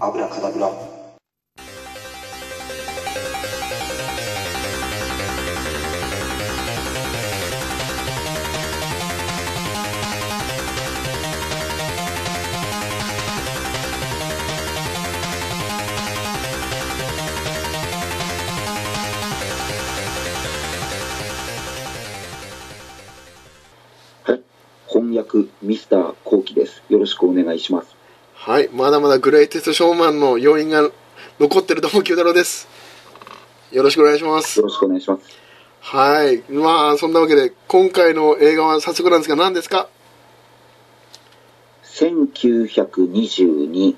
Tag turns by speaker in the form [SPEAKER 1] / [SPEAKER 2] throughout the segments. [SPEAKER 1] アブラカダブラ
[SPEAKER 2] 翻訳ミスターコウキですよろしくお願いします
[SPEAKER 3] はい、まだまだグレイテストショーマンの要因が残ってるとも九太郎です。よろしくお願いしま
[SPEAKER 2] よ
[SPEAKER 3] す。
[SPEAKER 2] ろしくお願いします
[SPEAKER 3] はい、まあそんなわけで今回の映画は早速なんですが何ですか？
[SPEAKER 2] 1922い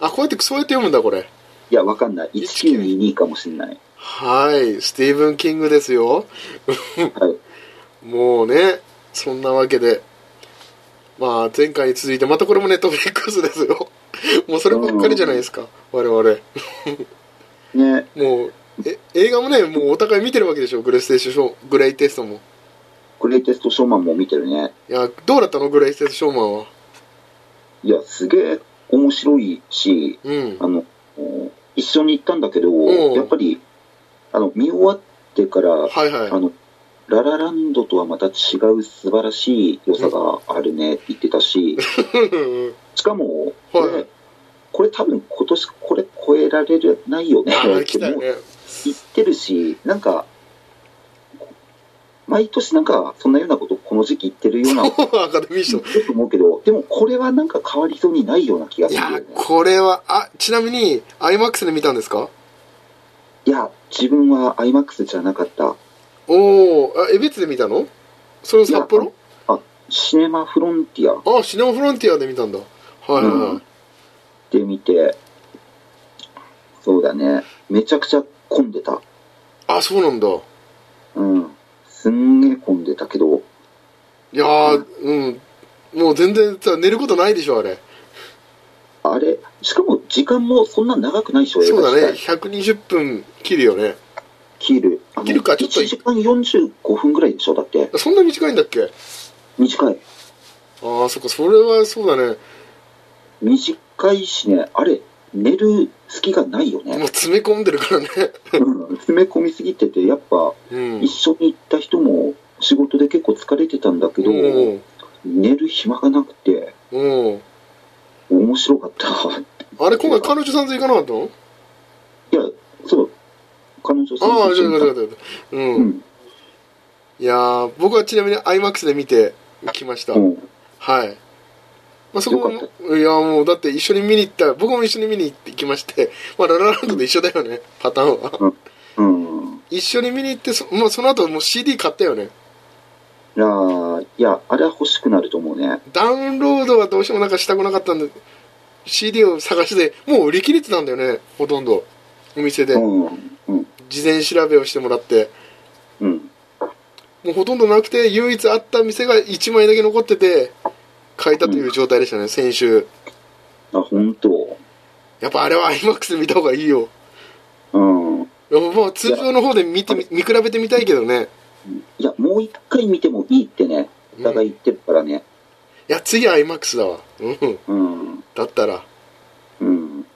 [SPEAKER 3] あ、こうやってそうやって読むんだこれ。
[SPEAKER 2] やわかんない1922かもしれない
[SPEAKER 3] はい、スティーブンキングですよ。
[SPEAKER 2] はい
[SPEAKER 3] もうね、そんなわけで、まあ前回に続いてまたこれもネットフリックスですよ。 もうそればっかりじゃないですか、我々。
[SPEAKER 2] ね
[SPEAKER 3] もうえ映画もね、もうお互い見てるわけでしょ、グレイテストショー、グレイテストも。
[SPEAKER 2] グレイテストショーマンも見てるね
[SPEAKER 3] いや、どうだったのグレイテストショーマンは。
[SPEAKER 2] いやすげえ面白いし
[SPEAKER 3] うん。
[SPEAKER 2] あのお一緒に行ったんだけど
[SPEAKER 3] ん
[SPEAKER 2] やっぱりあの見終わってから、
[SPEAKER 3] はいはい。
[SPEAKER 2] あのララランドとはまた違う素晴らしい良さがあるねって言ってたし、しかも、これ、
[SPEAKER 3] はい
[SPEAKER 2] これ多分今年これ超えられないよね
[SPEAKER 3] あ
[SPEAKER 2] っ
[SPEAKER 3] ー、来
[SPEAKER 2] て
[SPEAKER 3] た
[SPEAKER 2] も
[SPEAKER 3] よ
[SPEAKER 2] う
[SPEAKER 3] ね。
[SPEAKER 2] 言ってるし、なんか、毎年なんかそんなようなことこの時期言ってるよう な、
[SPEAKER 3] ア
[SPEAKER 2] よ
[SPEAKER 3] カデミー賞。
[SPEAKER 2] く思うけど、でもこれはなんか変わりそうにないような気が
[SPEAKER 3] い
[SPEAKER 2] する
[SPEAKER 3] や
[SPEAKER 2] よ
[SPEAKER 3] ー、
[SPEAKER 2] ね。
[SPEAKER 3] これは、あ、ちなみに、IMAX で見たんですか
[SPEAKER 2] いや、自分は IMAX じゃなかった。
[SPEAKER 3] おー、あ、エベツで見たのそれ札幌
[SPEAKER 2] シネマフロンティア
[SPEAKER 3] あ、シネマフロンティアで見たんだ。はいはいはい。
[SPEAKER 2] うんで見て、そうだね、めちゃくちゃ混んでた。
[SPEAKER 3] あ、そうなんだ。い
[SPEAKER 2] うん。すんげえ混んでたけど、
[SPEAKER 3] やー、うん。もう全然さ、寝ることないでしょ、あれ。
[SPEAKER 2] あれ、しかも時間もそんな長くないでしょ、
[SPEAKER 3] そうだ
[SPEAKER 2] 映画
[SPEAKER 3] ね。
[SPEAKER 2] 自体
[SPEAKER 3] 120分切るよね。
[SPEAKER 2] 切る。あの
[SPEAKER 3] 切るかちょっと
[SPEAKER 2] 1時間45分ぐらいでしょ、だって。
[SPEAKER 3] そんな短いんだっけ
[SPEAKER 2] 短い。
[SPEAKER 3] ああ、そっか、それはそうだね。
[SPEAKER 2] 短いしね、あれ、寝る隙がないよ
[SPEAKER 3] もう
[SPEAKER 2] ね。
[SPEAKER 3] 詰め込んでるからね。
[SPEAKER 2] うん。詰め込みすぎてて、やっぱ、
[SPEAKER 3] うん
[SPEAKER 2] 一。緒に行った人も仕事で結構疲れてたんだけど、
[SPEAKER 3] うん。
[SPEAKER 2] 寝る暇がなくて、
[SPEAKER 3] うん。
[SPEAKER 2] 面白かった。
[SPEAKER 3] あれ、今回彼女さんと行かなかったの
[SPEAKER 2] いや、そう、彼女さん
[SPEAKER 3] ああ、
[SPEAKER 2] と
[SPEAKER 3] ち
[SPEAKER 2] 一緒
[SPEAKER 3] ょ
[SPEAKER 2] に行
[SPEAKER 3] っと
[SPEAKER 2] っ
[SPEAKER 3] 待って待って待って。
[SPEAKER 2] た
[SPEAKER 3] う。
[SPEAKER 2] うんん。
[SPEAKER 3] いやー、僕はちなみに IMAX で見てきました。
[SPEAKER 2] うん。
[SPEAKER 3] はい。まあ、そこも、
[SPEAKER 2] よ
[SPEAKER 3] い
[SPEAKER 2] かっ
[SPEAKER 3] やーもうだって一緒に見に行った、僕も一緒に見に行ってきまして、 まあ、ララランドと一緒だよね、パターンは。
[SPEAKER 2] うん。
[SPEAKER 3] 一緒に見に行って、そ,、まあ、その後もう CD 買ったよね。
[SPEAKER 2] いやーいや、あれは欲しくなると思うね。
[SPEAKER 3] ダウンロードはどうしてもなんかしたくなかったんで、CD を探して、もう売り切れてたんだよね、ほとんど。お店で
[SPEAKER 2] う。ん。うん。
[SPEAKER 3] 事前調べをしてもらって。
[SPEAKER 2] うん。
[SPEAKER 3] もうほとんどなくて唯一あった店が1枚だけ残ってて買えたという状態でしたね、先週
[SPEAKER 2] あ、本当。
[SPEAKER 3] やっぱあれは IMAX で見た方がいいよ
[SPEAKER 2] うん。
[SPEAKER 3] やっぱまあ通常の方で見てみ見比べてみたいけどね
[SPEAKER 2] いや、もう一回見てもいいってね、お互い言ってるからね。
[SPEAKER 3] いや次は IMAX だわうん
[SPEAKER 2] うん。
[SPEAKER 3] だったら
[SPEAKER 2] うん。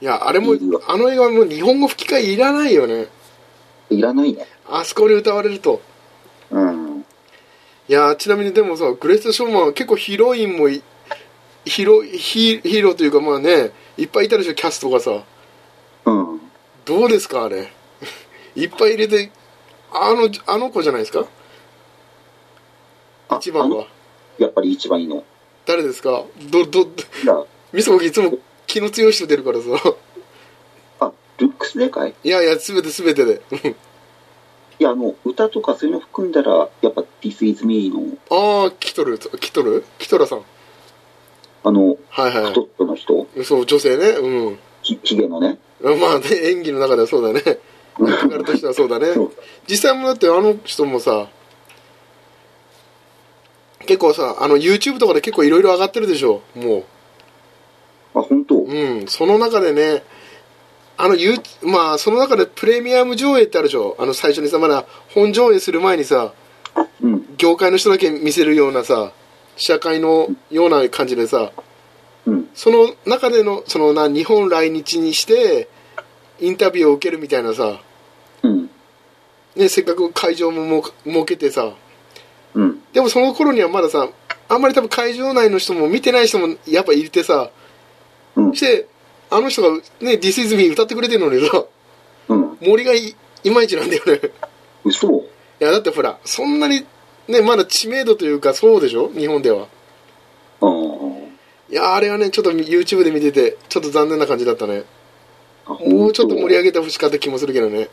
[SPEAKER 3] いやあれも
[SPEAKER 2] いいよ
[SPEAKER 3] あの映画はもう日本語吹き替えいらないよね
[SPEAKER 2] いらないね。
[SPEAKER 3] あそこで歌われると
[SPEAKER 2] うん。
[SPEAKER 3] いやちなみにでもさグレース・ショーマンは結構ヒロインもいヒロヒヒーローというかまあねいっぱいいたでしょキャストがさ
[SPEAKER 2] うん。
[SPEAKER 3] どうですかあれ いっぱい入れてあのあの子じゃないですか
[SPEAKER 2] あ
[SPEAKER 3] 一番
[SPEAKER 2] あの
[SPEAKER 3] は
[SPEAKER 2] やっぱり一番いいの。
[SPEAKER 3] 誰ですかどど
[SPEAKER 2] いや、
[SPEAKER 3] みそこきいつも気の強い人出るからさ
[SPEAKER 2] あ、ルックスでかい
[SPEAKER 3] いやいや全て全てで
[SPEAKER 2] いや、あの、歌とかそういうの含んだら、やっぱ This is me の、
[SPEAKER 3] ああキトルキトルキトラさん
[SPEAKER 2] あの、
[SPEAKER 3] はいは
[SPEAKER 2] 太っ人の人、
[SPEAKER 3] いそう女性ね
[SPEAKER 2] ひひげのね。
[SPEAKER 3] うんまあね演技の中ではそうだね流れとしてはそうだね
[SPEAKER 2] そう
[SPEAKER 3] 実際もだってあの人もさ結構さあの YouTube とかで結構いろいろ上がってるでしょもう
[SPEAKER 2] あ、本当。
[SPEAKER 3] うん、その中でね、あの、ゆうまあ、その中でプレミアム上映ってあるでしょ、あの最初にさ、まだ本上映する前にさ、
[SPEAKER 2] うん。
[SPEAKER 3] 業界の人だけ見せるようなさ、試写会のような感じでさ、
[SPEAKER 2] うん。
[SPEAKER 3] その中でのそのな日本来日にしてインタビューを受けるみたいなさ、
[SPEAKER 2] うん。
[SPEAKER 3] ね、せっかく会場もも設けてさ
[SPEAKER 2] うん。
[SPEAKER 3] でもその頃にはまださあんまり多分会場内の人も見てない人もやっぱいてさ
[SPEAKER 2] うん
[SPEAKER 3] し。てあの人がね「This is me」歌ってくれてるのにさ
[SPEAKER 2] うん。
[SPEAKER 3] 森がいいまいちなんだよね
[SPEAKER 2] 嘘
[SPEAKER 3] いやだってほらそんなにねまだ知名度というかそうでしょ日本では
[SPEAKER 2] あー
[SPEAKER 3] いやあれはねちょっと YouTube で見ててちょっと残念な感じだったね
[SPEAKER 2] あ。
[SPEAKER 3] もうちょっと盛り上
[SPEAKER 2] げ
[SPEAKER 3] げてほしかった気もするけどね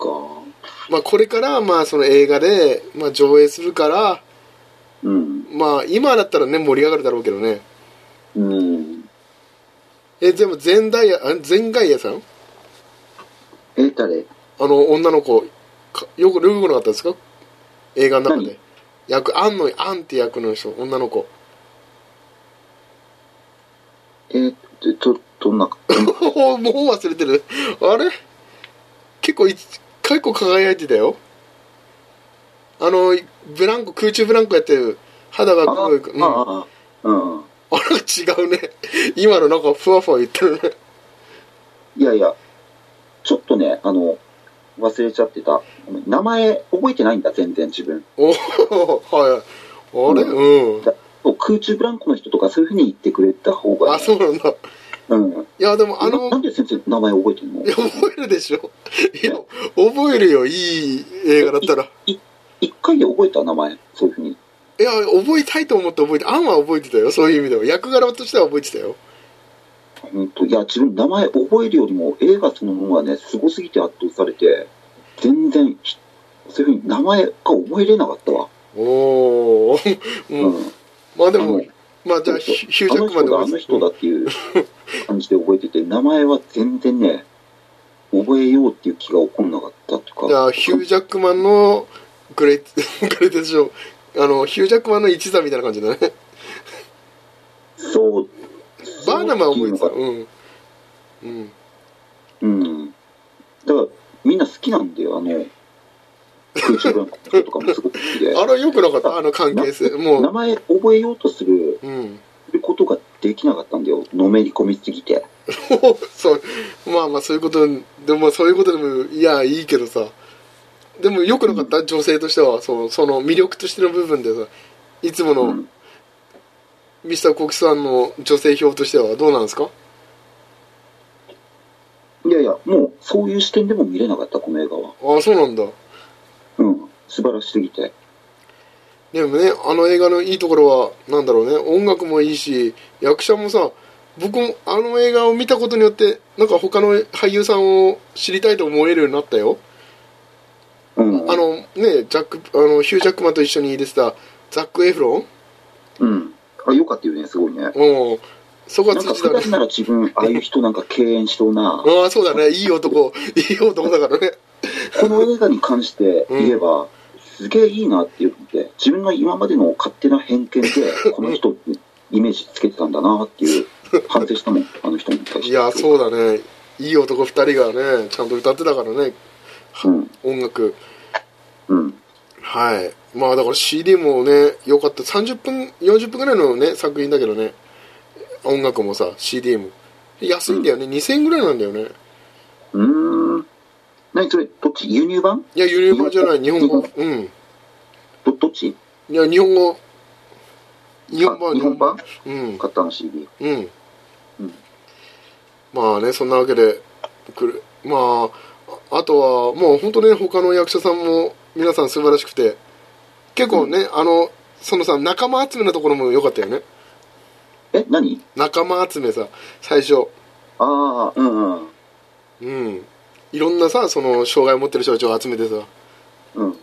[SPEAKER 2] か。
[SPEAKER 3] まあこれからまあその映画でまあ上映するから
[SPEAKER 2] うん。
[SPEAKER 3] まあ今だったらね盛り上がるだろうけどね
[SPEAKER 2] うん。
[SPEAKER 3] えでも全ダイヤあ全ガイヤさん
[SPEAKER 2] え、誰
[SPEAKER 3] あの女の子かよく出てこなかったですか映画の中で
[SPEAKER 2] 何
[SPEAKER 3] 役アンのアンって役の人女の子
[SPEAKER 2] えっと、どんな、
[SPEAKER 3] もう忘れてるあれ結構い結構輝いてたよあのブランコ空中ブランコやってる肌が
[SPEAKER 2] あ
[SPEAKER 3] 黒いうん あ
[SPEAKER 2] あ、うん。
[SPEAKER 3] れ違うね今のなんかふわふわ言ってるね
[SPEAKER 2] いやいや、ちょっとね、あの、忘れちゃってた。ごめん名前覚えてないんだ、全然自分。
[SPEAKER 3] おおはいあれうん、
[SPEAKER 2] そう空中ブランコの人とかそういうふうに言ってくれた方が、
[SPEAKER 3] あそうなんだ
[SPEAKER 2] うん。
[SPEAKER 3] いやでもあ
[SPEAKER 2] あ
[SPEAKER 3] の
[SPEAKER 2] の、なんで先生名前覚えてんの
[SPEAKER 3] いや覚えるでしょいや覚えるよいい映画だったら
[SPEAKER 2] 一回で覚えた名前、そういうふうに。
[SPEAKER 3] いや覚えたいと思って覚えてアンは覚えてたよそういう意味では役柄としては覚えてたよ
[SPEAKER 2] 本当いや、自分名前覚えるよりも映画そのものがね、すごすぎて圧倒されて、全然、ひそういうふうに名前が覚えれなかったわ。
[SPEAKER 3] おお、 う、
[SPEAKER 2] うんん。
[SPEAKER 3] まあで
[SPEAKER 2] あ
[SPEAKER 3] も
[SPEAKER 2] の
[SPEAKER 3] まあじゃあ
[SPEAKER 2] そう
[SPEAKER 3] ヒュヒュー
[SPEAKER 2] あ
[SPEAKER 3] ジャ
[SPEAKER 2] の
[SPEAKER 3] ッ
[SPEAKER 2] 人
[SPEAKER 3] クマンで
[SPEAKER 2] だ、
[SPEAKER 3] も
[SPEAKER 2] あの人だっていう感じで覚えてて、名前は全然ね、覚えようっていう気が起こんなかったと
[SPEAKER 3] じゃ
[SPEAKER 2] か、
[SPEAKER 3] あヒュージャックマンのグレイト グレイテストショーあのヒュージャックマンの一座みたいな感じだね
[SPEAKER 2] そう、
[SPEAKER 3] バーナマン覚えてた
[SPEAKER 2] そうって
[SPEAKER 3] うんう
[SPEAKER 2] う
[SPEAKER 3] ん
[SPEAKER 2] ん。だから、みんな好きなんだよ、あの、空中ブランコの人とかもすごく好きで。
[SPEAKER 3] あれよくなかったあの関係性も
[SPEAKER 2] 名
[SPEAKER 3] う
[SPEAKER 2] 前覚えようとする
[SPEAKER 3] うん
[SPEAKER 2] ことができなかったんだよ、のめり込みすぎて。
[SPEAKER 3] そうまあまあそういうことでもそういうことでもいやいいけどさでもよくなかった、女性としてはそうその魅力としての部分でさいつも
[SPEAKER 2] う
[SPEAKER 3] の
[SPEAKER 2] ん。
[SPEAKER 3] ミスターコキさんの女性票としてはどうなんですか
[SPEAKER 2] いやいや、もう、そういう視点でも見れなかった、この映画は。
[SPEAKER 3] ああそうなんだ
[SPEAKER 2] うん。素晴らしすぎて。
[SPEAKER 3] でもねあの映画のいいところはなんだろうね音楽もいいし役者もさ僕もあの映画を見たことによってなんか他の俳優さんを知りたいと思えるようになったよ
[SPEAKER 2] うん。
[SPEAKER 3] あ、のねジャックあのヒュー・ジャックマンと一緒に出てたザック・エフロン
[SPEAKER 2] うん。あ、よかったよね、すごいね。
[SPEAKER 3] うんそこは
[SPEAKER 2] なんか
[SPEAKER 3] 通じた
[SPEAKER 2] 普
[SPEAKER 3] ね
[SPEAKER 2] 段なら自分、ああいう人なんか敬遠しそうな、
[SPEAKER 3] ああそうだねいい男いい男だからね
[SPEAKER 2] この映画に関して言えば、すげえいいなっていうので、自分の今までの勝手な偏 見で、この人にイメージつけてたんだなっていう、反省したもん、あの人に対して。
[SPEAKER 3] いやそうだねいい男2人がねちゃんと歌ってたからね
[SPEAKER 2] うん。
[SPEAKER 3] 音楽
[SPEAKER 2] うん。
[SPEAKER 3] はいまあだから CD もね良かった30分40分ぐらいのね作品だけどね音楽もさ CD も安いんだよね、2000円ぐらいなんだよね
[SPEAKER 2] うーん。何それ、どっち輸入版
[SPEAKER 3] いやユニバじゃない日本語
[SPEAKER 2] 日
[SPEAKER 3] うん
[SPEAKER 2] どどっち
[SPEAKER 3] いや日本語日本
[SPEAKER 2] あ
[SPEAKER 3] 版
[SPEAKER 2] 日本版
[SPEAKER 3] うん
[SPEAKER 2] 買ったの CD。
[SPEAKER 3] うん、
[SPEAKER 2] うん
[SPEAKER 3] まあねそんなわけでくるまあああとはもう本当ね他の役者さんも皆さん素晴らしくて結構ね、あのそのさ仲間集めのところも良かったよね
[SPEAKER 2] え、何
[SPEAKER 3] 仲間集めさ最初
[SPEAKER 2] ああ、うんうん。
[SPEAKER 3] うんいろんなさその障害を持ってる人たちを集めてさ
[SPEAKER 2] うん。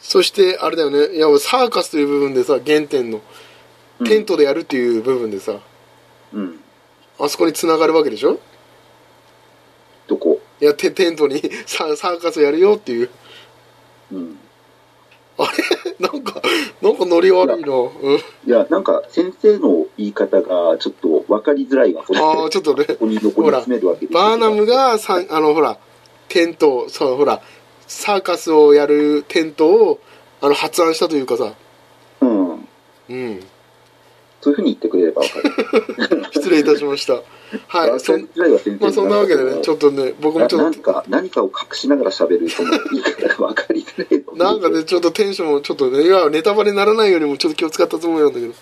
[SPEAKER 3] そしてあれだよねいやサーカスという部分でさ原点の
[SPEAKER 2] うん
[SPEAKER 3] テントでやるっていう部分でさ、
[SPEAKER 2] うん。
[SPEAKER 3] あそこに繋がるわけでしょ
[SPEAKER 2] どこ
[SPEAKER 3] いやテテントに ササーカスやるよっていう
[SPEAKER 2] うん。
[SPEAKER 3] なんか、なんかノリ悪いな。うん、
[SPEAKER 2] いや、なんか先生の言い方がちょっと分かりづらいわ、それ
[SPEAKER 3] ああ、ちょっとね。
[SPEAKER 2] ここに残り詰めるわけです
[SPEAKER 3] バーナムが、さんあの、ほら、テントを、そう、ほら、サーカスをやるテントを、あの、発案したというかさ、
[SPEAKER 2] うん。
[SPEAKER 3] うん。
[SPEAKER 2] そういうふうに言ってくれればわかる。
[SPEAKER 3] 失礼いたしました。はい。そ
[SPEAKER 2] そ
[SPEAKER 3] ん
[SPEAKER 2] ぐらいは全然
[SPEAKER 3] まあそんなわけでね、ちょっとね、僕もちょっ
[SPEAKER 2] 何か、何かを隠しながら喋る、その言い方がわかりづらい
[SPEAKER 3] と、なんかね、ちょっとテンションをちょっとね、いや、ネタバレにならないようにもちょっと気を使ったつもりなんだけど。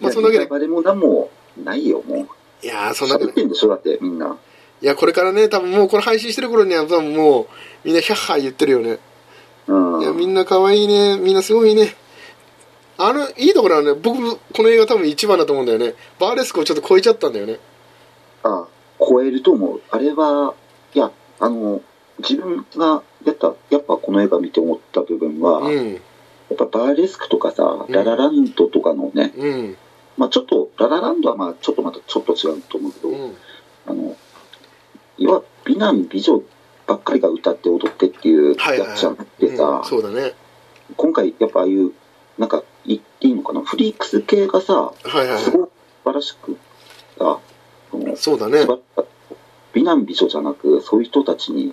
[SPEAKER 3] まあそんなわけで、
[SPEAKER 2] 誰も何もないよ、もう。
[SPEAKER 3] いやー、そんなわけ
[SPEAKER 2] 喋っ
[SPEAKER 3] で。
[SPEAKER 2] てんでしょ、だってみんな。
[SPEAKER 3] いや、これからね、多分もうこれ配信してる頃には、多分もう、みんなヒャッハー言ってるよね。
[SPEAKER 2] うん。
[SPEAKER 3] いや、みんな可愛いね。みんなすごいね。あの、いいところはね、僕、この映画多分一番だと思うんだよね。バーレスクをちょっと超えちゃったんだよね。
[SPEAKER 2] あ、超えると思う。あれは、いや、あの、自分がやった、やっぱこの映画見て思った部分は、
[SPEAKER 3] う
[SPEAKER 2] や
[SPEAKER 3] ん。
[SPEAKER 2] っぱバーレスクとかさ、
[SPEAKER 3] うん
[SPEAKER 2] ララランドとかのね、
[SPEAKER 3] うん。
[SPEAKER 2] まあちょっと、ララランドはまあちょっとまたちょっと違うと思うけど、
[SPEAKER 3] うん。
[SPEAKER 2] あの、いわ美男美女ばっかりが歌って踊ってっていう
[SPEAKER 3] はいはいはい
[SPEAKER 2] やつじゃなくてさ、
[SPEAKER 3] うんそうだね。
[SPEAKER 2] 今回やっぱああいう、なんか言っていいのかな、フリークス系がさ、
[SPEAKER 3] はいはい
[SPEAKER 2] す
[SPEAKER 3] は
[SPEAKER 2] ごく素晴らしく、あ、その
[SPEAKER 3] い。そうだね。
[SPEAKER 2] 美男美女じゃなく、そういう人たちに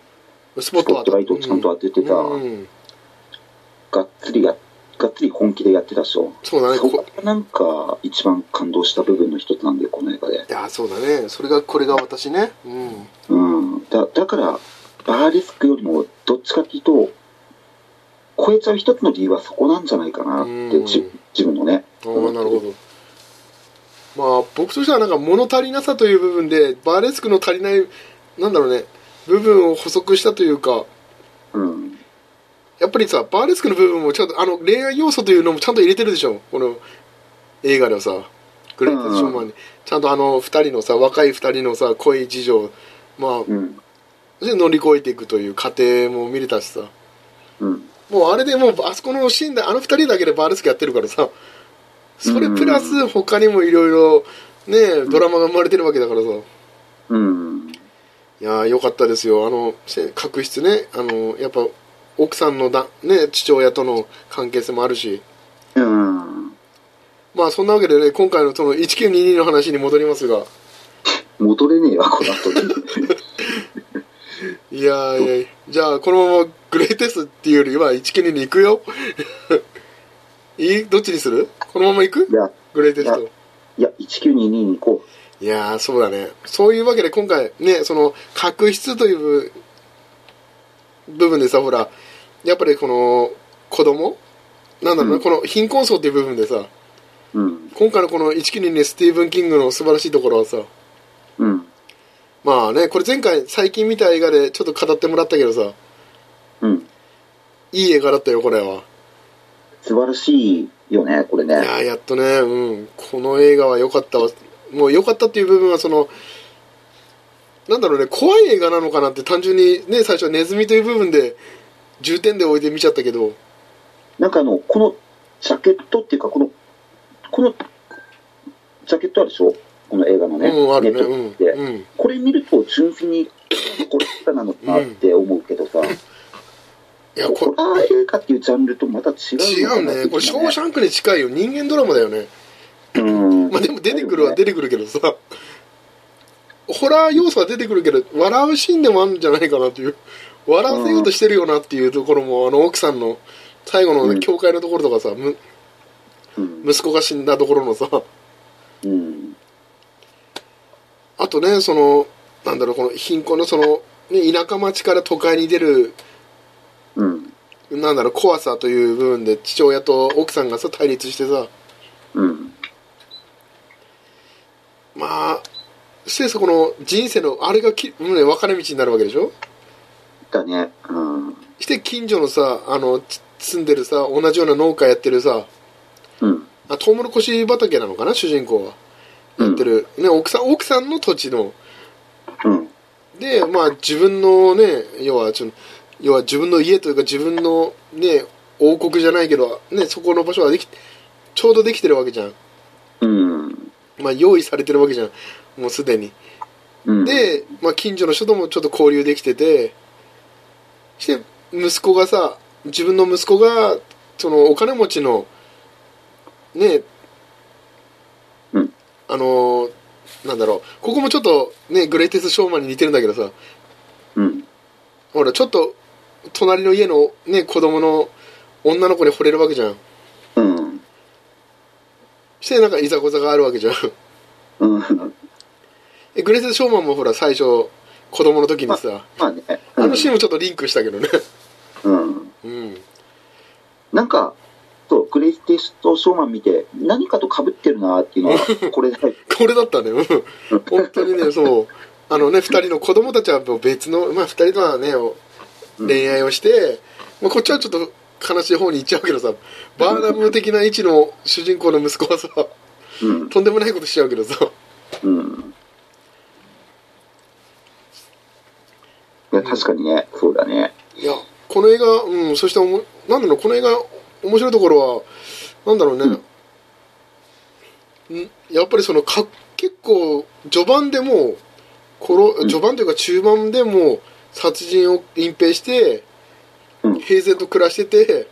[SPEAKER 3] スポ
[SPEAKER 2] ス
[SPEAKER 3] ッ
[SPEAKER 2] ポ
[SPEAKER 3] トは
[SPEAKER 2] ットライトをちゃんと当ててた、
[SPEAKER 3] うん。
[SPEAKER 2] がっつりや、がっつり本気でやってたでしょ。
[SPEAKER 3] そうだね。
[SPEAKER 2] そ
[SPEAKER 3] こ
[SPEAKER 2] こがなんか一番感動した部分の一つなんで、この映画で。
[SPEAKER 3] いや、そうだね。それが、これが私ね。うん。
[SPEAKER 2] うん。だだから、バーレスクよりも、どっちかっていうと、超えちゃう一つの理由はそこなんじゃないかなって、
[SPEAKER 3] うん
[SPEAKER 2] じ自分のね。
[SPEAKER 3] ああなるほどまあ僕としてはなんか物足りなさという部分でバーレスクの足りないなんだろうね部分を補足したというか
[SPEAKER 2] うん。
[SPEAKER 3] やっぱりさバーレスクの部分もちゃんとあの恋愛要素というのもちゃんと入れてるでしょこの映画ではさグレート・ショーマンに、ちゃんとあの二人のさ若い二人のさ恋事情ま
[SPEAKER 2] うん。
[SPEAKER 3] あで乗り越えていくという過程も見れたしさ
[SPEAKER 2] うん。
[SPEAKER 3] もうあれでもうあそこのシーンであの二人だけでバーレスクやってるからさそれプラス他にもいろいろねドラマが生まれてるわけだからさ
[SPEAKER 2] うん。
[SPEAKER 3] いやーよかったですよあのせ確執ねあのやっぱ奥さんのだ、ね、父親との関係性もあるし
[SPEAKER 2] うん。
[SPEAKER 3] まあそんなわけでね今回のその1922の話に戻りますが
[SPEAKER 2] 戻れねえわ、この後に。
[SPEAKER 3] いやーいやじゃあこのままグレイテストっていうよりは1922に行くよ いいどっちにするこのまま行く
[SPEAKER 2] いや、
[SPEAKER 3] グレイテスト
[SPEAKER 2] いや、1922に行こ
[SPEAKER 3] いやー、そうだね。そういうわけで今回ね、その、確執という部分でさ、ほら、やっぱりこの、子供なんだろうな、
[SPEAKER 2] うん
[SPEAKER 3] この貧困層っていう部分でさ、
[SPEAKER 2] う。うん。
[SPEAKER 3] 今回のこの192ね、スティーブン・キングの素晴らしいところはさ、
[SPEAKER 2] うん。
[SPEAKER 3] まあね、これ前回最近見た映画でちょっと語ってもらったけどさ、
[SPEAKER 2] うん。
[SPEAKER 3] いい映画だったよ、これは。
[SPEAKER 2] 素晴らしいよね、これ
[SPEAKER 3] いや
[SPEAKER 2] ね。
[SPEAKER 3] ーやっとね、うん、この映画は良かったわ。もう良かったっていう部分は、その、なんだろうね、怖い映画なのかなって単純にね、最初はネズミという部分で、重点で置いて見ちゃったけど、
[SPEAKER 2] なんかあの、このジャケットっていうか、この、この、ジャケットあるでしょこの映画のね。
[SPEAKER 3] うん、あるね、
[SPEAKER 2] ネット
[SPEAKER 3] うん、
[SPEAKER 2] で
[SPEAKER 3] うん。
[SPEAKER 2] これ見ると純粋にこれ映画なのかなって思うけどさ、
[SPEAKER 3] いや、
[SPEAKER 2] ホ
[SPEAKER 3] こ
[SPEAKER 2] ラー映画っていうジャンルとまた違う
[SPEAKER 3] れ、違
[SPEAKER 2] のか
[SPEAKER 3] う
[SPEAKER 2] な
[SPEAKER 3] ね。これ、ショーシャンクに近いよ。人間ドラマだよね。
[SPEAKER 2] うん
[SPEAKER 3] まあ、でも出てくるは
[SPEAKER 2] で
[SPEAKER 3] 出てくるけどさ、ホラー要素は出てくるけど、笑うシーンでもあるんじゃないかなっていう、笑わせようとしてるよなっていうところも、あの、奥さんの、最後の
[SPEAKER 2] う
[SPEAKER 3] ね
[SPEAKER 2] ん
[SPEAKER 3] 教会のところとかさ、む
[SPEAKER 2] うん、
[SPEAKER 3] 息子が死んだところのさ
[SPEAKER 2] うん
[SPEAKER 3] あとねそのなんだろうこの貧困のその、ね、田舎町から都会に出る
[SPEAKER 2] うん
[SPEAKER 3] なんだろう怖さという部分で父親と奥さんがさ対立してさ
[SPEAKER 2] うん
[SPEAKER 3] まあそしてさこの人生のあれがき、うんね、分かれ道になるわけでしょ
[SPEAKER 2] だねうん
[SPEAKER 3] して近所のさあのつ住んでるさ同じような農家やってるさ
[SPEAKER 2] うん
[SPEAKER 3] あトウモロコシ畑なのかな主人公は
[SPEAKER 2] うん
[SPEAKER 3] やってる、ね、奥さん奥さんの土地の
[SPEAKER 2] うん
[SPEAKER 3] でまあ自分のね要はちょ要は自分の家というか自分のね王国じゃないけどねそこの場所はできちょうどできてるわけじゃん
[SPEAKER 2] うん
[SPEAKER 3] まあ用意されてるわけじゃんもうすでに
[SPEAKER 2] うん
[SPEAKER 3] で、まあ、近所の人ともちょっと交流できててして息子がさ自分の息子がそのお金持ちのね
[SPEAKER 2] うん
[SPEAKER 3] あのなんだろうここもちょっとねグレイテストショーマンに似てるんだけどさ
[SPEAKER 2] うん
[SPEAKER 3] ほらちょっと隣の家のね子供の女の子に惚れるわけじゃん
[SPEAKER 2] うん
[SPEAKER 3] してなんかいざこざがあるわけじゃん
[SPEAKER 2] うん。ま
[SPEAKER 3] えグレース・ショーマンもほら最初子供の時にさ
[SPEAKER 2] あね。
[SPEAKER 3] あのシーンもちょっとリンクしたけどね
[SPEAKER 2] うん。
[SPEAKER 3] うん
[SPEAKER 2] なんか、そう、グレイテストショーマン見て、何かと被ってるなっていうの は、これだ。
[SPEAKER 3] これだったねうん本当にねそうあのね2人の子供たちはもう別のまあ2人とはねお恋愛をして、まあ、こっちはちょっと悲しい方に行っちゃうけどさバーナム的な位置の主人公の息子はさ
[SPEAKER 2] うん。
[SPEAKER 3] とんでもないことしちゃうけどさ
[SPEAKER 2] うん。いや、確かにね、そうだね。
[SPEAKER 3] いやこの映画うんそしておもなんだろうこの映画面白いところはなんだろうね、ん、やっぱりそのか結構序盤でもう
[SPEAKER 2] う
[SPEAKER 3] 殺
[SPEAKER 2] ん
[SPEAKER 3] 序盤というか中盤でもう殺人を隠蔽して
[SPEAKER 2] うん
[SPEAKER 3] 平然と暮らしてて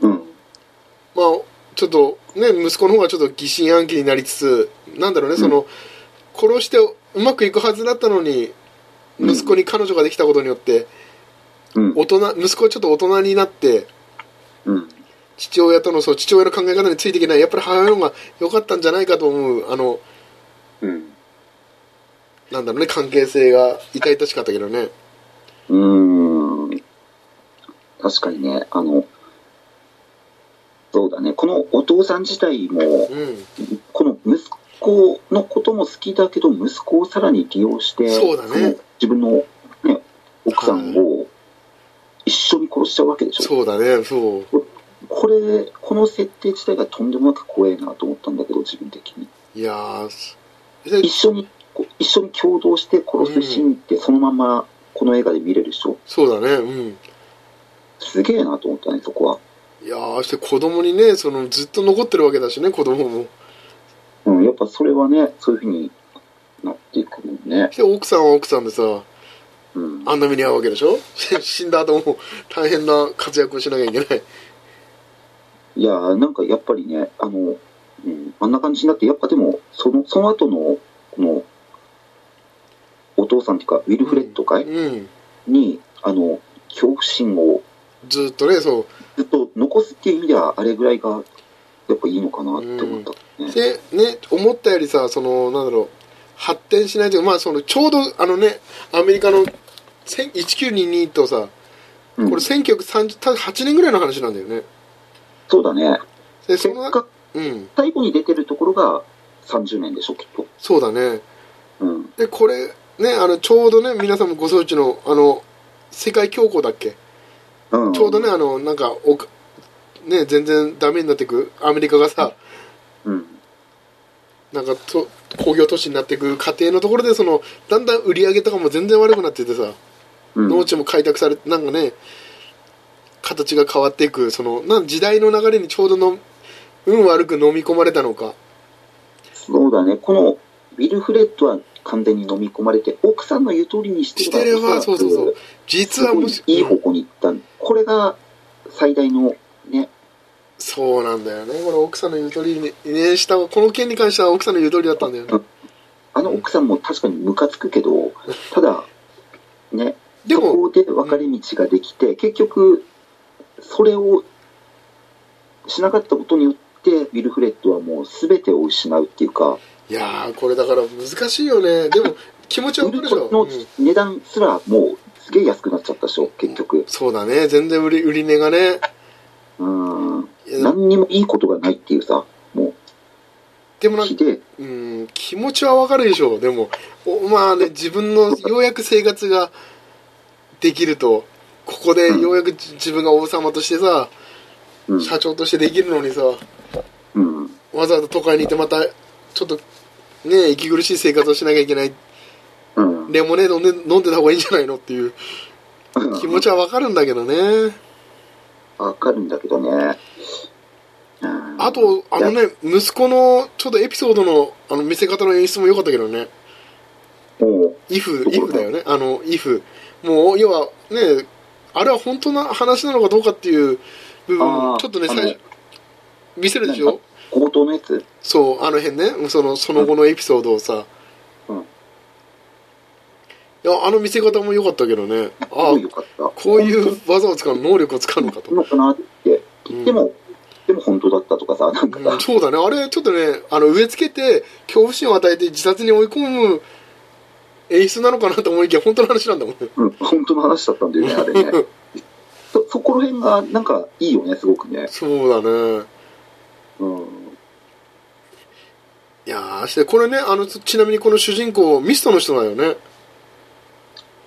[SPEAKER 2] うん。
[SPEAKER 3] まあちょっとね息子の方がちょっと疑心暗鬼になりつつなんだろうねその、殺してうまくいくはずだったのに
[SPEAKER 2] うん
[SPEAKER 3] 息子に彼女ができたことによって
[SPEAKER 2] うん。
[SPEAKER 3] 大人息子はちょっと大人になって
[SPEAKER 2] うん。
[SPEAKER 3] 父親とのその父親の考え方についていけないやっぱり母親の方が良かったんじゃないかと思うあの
[SPEAKER 2] うん。
[SPEAKER 3] なんだろうね関係性が痛々しかったけどね
[SPEAKER 2] うーん確かにね、あの、そうだね、このお父さん自体も、
[SPEAKER 3] うん
[SPEAKER 2] この息子のことも好きだけど、息子をさらに利用して、
[SPEAKER 3] そうだね
[SPEAKER 2] の自分の、ね、奥さんを一緒に殺しちゃうわけでしょ。
[SPEAKER 3] そうだねそう
[SPEAKER 2] これ、この設定自体がとんでもなく怖いなと思ったんだけど、自分的に。
[SPEAKER 3] いやーすで
[SPEAKER 2] 一緒に、こう一緒に共同して殺すシーンって、そのままこの映画で見れるでしょ。
[SPEAKER 3] そうだねうん
[SPEAKER 2] すげえなと思ったね、そこは。
[SPEAKER 3] いやーして子供にねそのずっと残ってるわけだしね子供も
[SPEAKER 2] うん、やっぱそれはね、そういうふうになっていくもんね。
[SPEAKER 3] して奥さんは奥さんでさ
[SPEAKER 2] うん。
[SPEAKER 3] あんな目に遭うわけでしょ 死んだ後も大変な活躍をしなきゃいけない
[SPEAKER 2] いやー、なんかやっぱりね、あの、うん、あんな感じになって、やっぱでも、その、その後の、この、お父さんっていうか、ウィルフレッドかい、
[SPEAKER 3] うん
[SPEAKER 2] に、あの、恐怖心を
[SPEAKER 3] ずっとねそう
[SPEAKER 2] ずっと残すっていう意味では、あれぐらいが、やっぱいいのかなって思った、ね。
[SPEAKER 3] でね思ったよりさそのなんだろう発展しないというか、まあ、そのちょうどあのねアメリカの1000 1922とさ
[SPEAKER 2] う
[SPEAKER 3] こ
[SPEAKER 2] ん
[SPEAKER 3] れ1938年ぐらいの話なんだよね
[SPEAKER 2] そうだね。
[SPEAKER 3] でそ
[SPEAKER 2] 結
[SPEAKER 3] の
[SPEAKER 2] 果、
[SPEAKER 3] うん
[SPEAKER 2] 最後に出てるところが30年でしょ、きっと。
[SPEAKER 3] そうだね
[SPEAKER 2] うん。
[SPEAKER 3] でこれねあのちょうどね皆さんもご存知のあの世界恐慌だっけ
[SPEAKER 2] うん、
[SPEAKER 3] ちょうどね、あのなんかおかね全然ダメになってくアメリカがさ
[SPEAKER 2] うん。
[SPEAKER 3] なんかと工業都市になってく過程のところでそのだんだん売り上げとかも全然悪くなっててさ
[SPEAKER 2] うん。
[SPEAKER 3] 農地も開拓されてなんかね形が変わっていくそのなん時代の流れにちょうどの運悪く飲み込まれたのか
[SPEAKER 2] そうだね、このビルフレッドは完全に飲み込まれて、奥さんの言う通りにして
[SPEAKER 3] してれば
[SPEAKER 2] おそらく
[SPEAKER 3] そうそうそう実はも
[SPEAKER 2] す
[SPEAKER 3] し
[SPEAKER 2] ごいいい
[SPEAKER 3] うん
[SPEAKER 2] 方向に行った、これが最大のね、
[SPEAKER 3] そうなんだよねこの奥さんの言う通りにねしたこの件に関しては奥さんの言う通りだったんだよね
[SPEAKER 2] あの奥さんも確かにムカつくけど、ただ、ね、
[SPEAKER 3] で
[SPEAKER 2] そ
[SPEAKER 3] も
[SPEAKER 2] こで分かれ道ができて、結局、それをしなかったことによって、ビルフレッドはもう全てを失うっていうか、
[SPEAKER 3] いやーこれだから難しいよねでも気持ちは
[SPEAKER 2] 売
[SPEAKER 3] 分か
[SPEAKER 2] る
[SPEAKER 3] るでしょ、
[SPEAKER 2] の
[SPEAKER 3] うん
[SPEAKER 2] 値段すらもうすげえ安くなっちゃったでしょ、結局。
[SPEAKER 3] そうだね全然売り売り値がね
[SPEAKER 2] うん。
[SPEAKER 3] いや
[SPEAKER 2] 何にもいいことがないっていうさ、も
[SPEAKER 3] でも
[SPEAKER 2] う、
[SPEAKER 3] なん
[SPEAKER 2] ひ
[SPEAKER 3] か
[SPEAKER 2] でえ、
[SPEAKER 3] うん気持ちはわかるでしょうでもおまあね自分のようやく生活ができるとここでようやくじ自分が王様としてさ
[SPEAKER 2] うん、
[SPEAKER 3] 社長としてできるのにさ
[SPEAKER 2] うん、
[SPEAKER 3] わざわざ都会にいてまたちょっとね息苦しい生活をしなきゃいけない
[SPEAKER 2] うん。
[SPEAKER 3] レモネード飲んで飲んでた方がいいんじゃないのっていう気持ちはわかるんだけどね
[SPEAKER 2] わかるんだけどね。うん
[SPEAKER 3] あとあの、
[SPEAKER 2] いや
[SPEAKER 3] ね息子のちょっとエピソードのあの見せ方の演出も良かったけどね
[SPEAKER 2] もう、
[SPEAKER 3] イフ、イフだよね。あの、イフ。もう、要は、ね、あれは本当の話なのかどうかっていう部分
[SPEAKER 2] あ
[SPEAKER 3] を、
[SPEAKER 2] ー
[SPEAKER 3] ちょっとね、
[SPEAKER 2] あの
[SPEAKER 3] 最初、見せるでし
[SPEAKER 2] なん
[SPEAKER 3] ょ
[SPEAKER 2] か強盗のやつ
[SPEAKER 3] そう、あの辺ね、その、その後のエピソードをさ。
[SPEAKER 2] うん
[SPEAKER 3] いや、あの見せ方も良かったけどね。
[SPEAKER 2] す
[SPEAKER 3] あ
[SPEAKER 2] ご
[SPEAKER 3] あ
[SPEAKER 2] い、よかった。
[SPEAKER 3] こういう技を使う、能力を使うのか
[SPEAKER 2] いい
[SPEAKER 3] と。
[SPEAKER 2] のかなって。
[SPEAKER 3] うん
[SPEAKER 2] でも、でも本当だったとかさ、なんか
[SPEAKER 3] う
[SPEAKER 2] さ
[SPEAKER 3] ん、そうだねあれちょっとねあの植え付けて恐怖心を与えて自殺に追い込む演出なのかなと思いきや本当の話なんだもんね
[SPEAKER 2] うん、本当の話だったんだよね、あれね。そ、そこら辺が、なんか、いいよね、すごくね。
[SPEAKER 3] そうだね
[SPEAKER 2] うん。
[SPEAKER 3] いやーしてこれねあのちちなみにこの主人公ミストの人だよね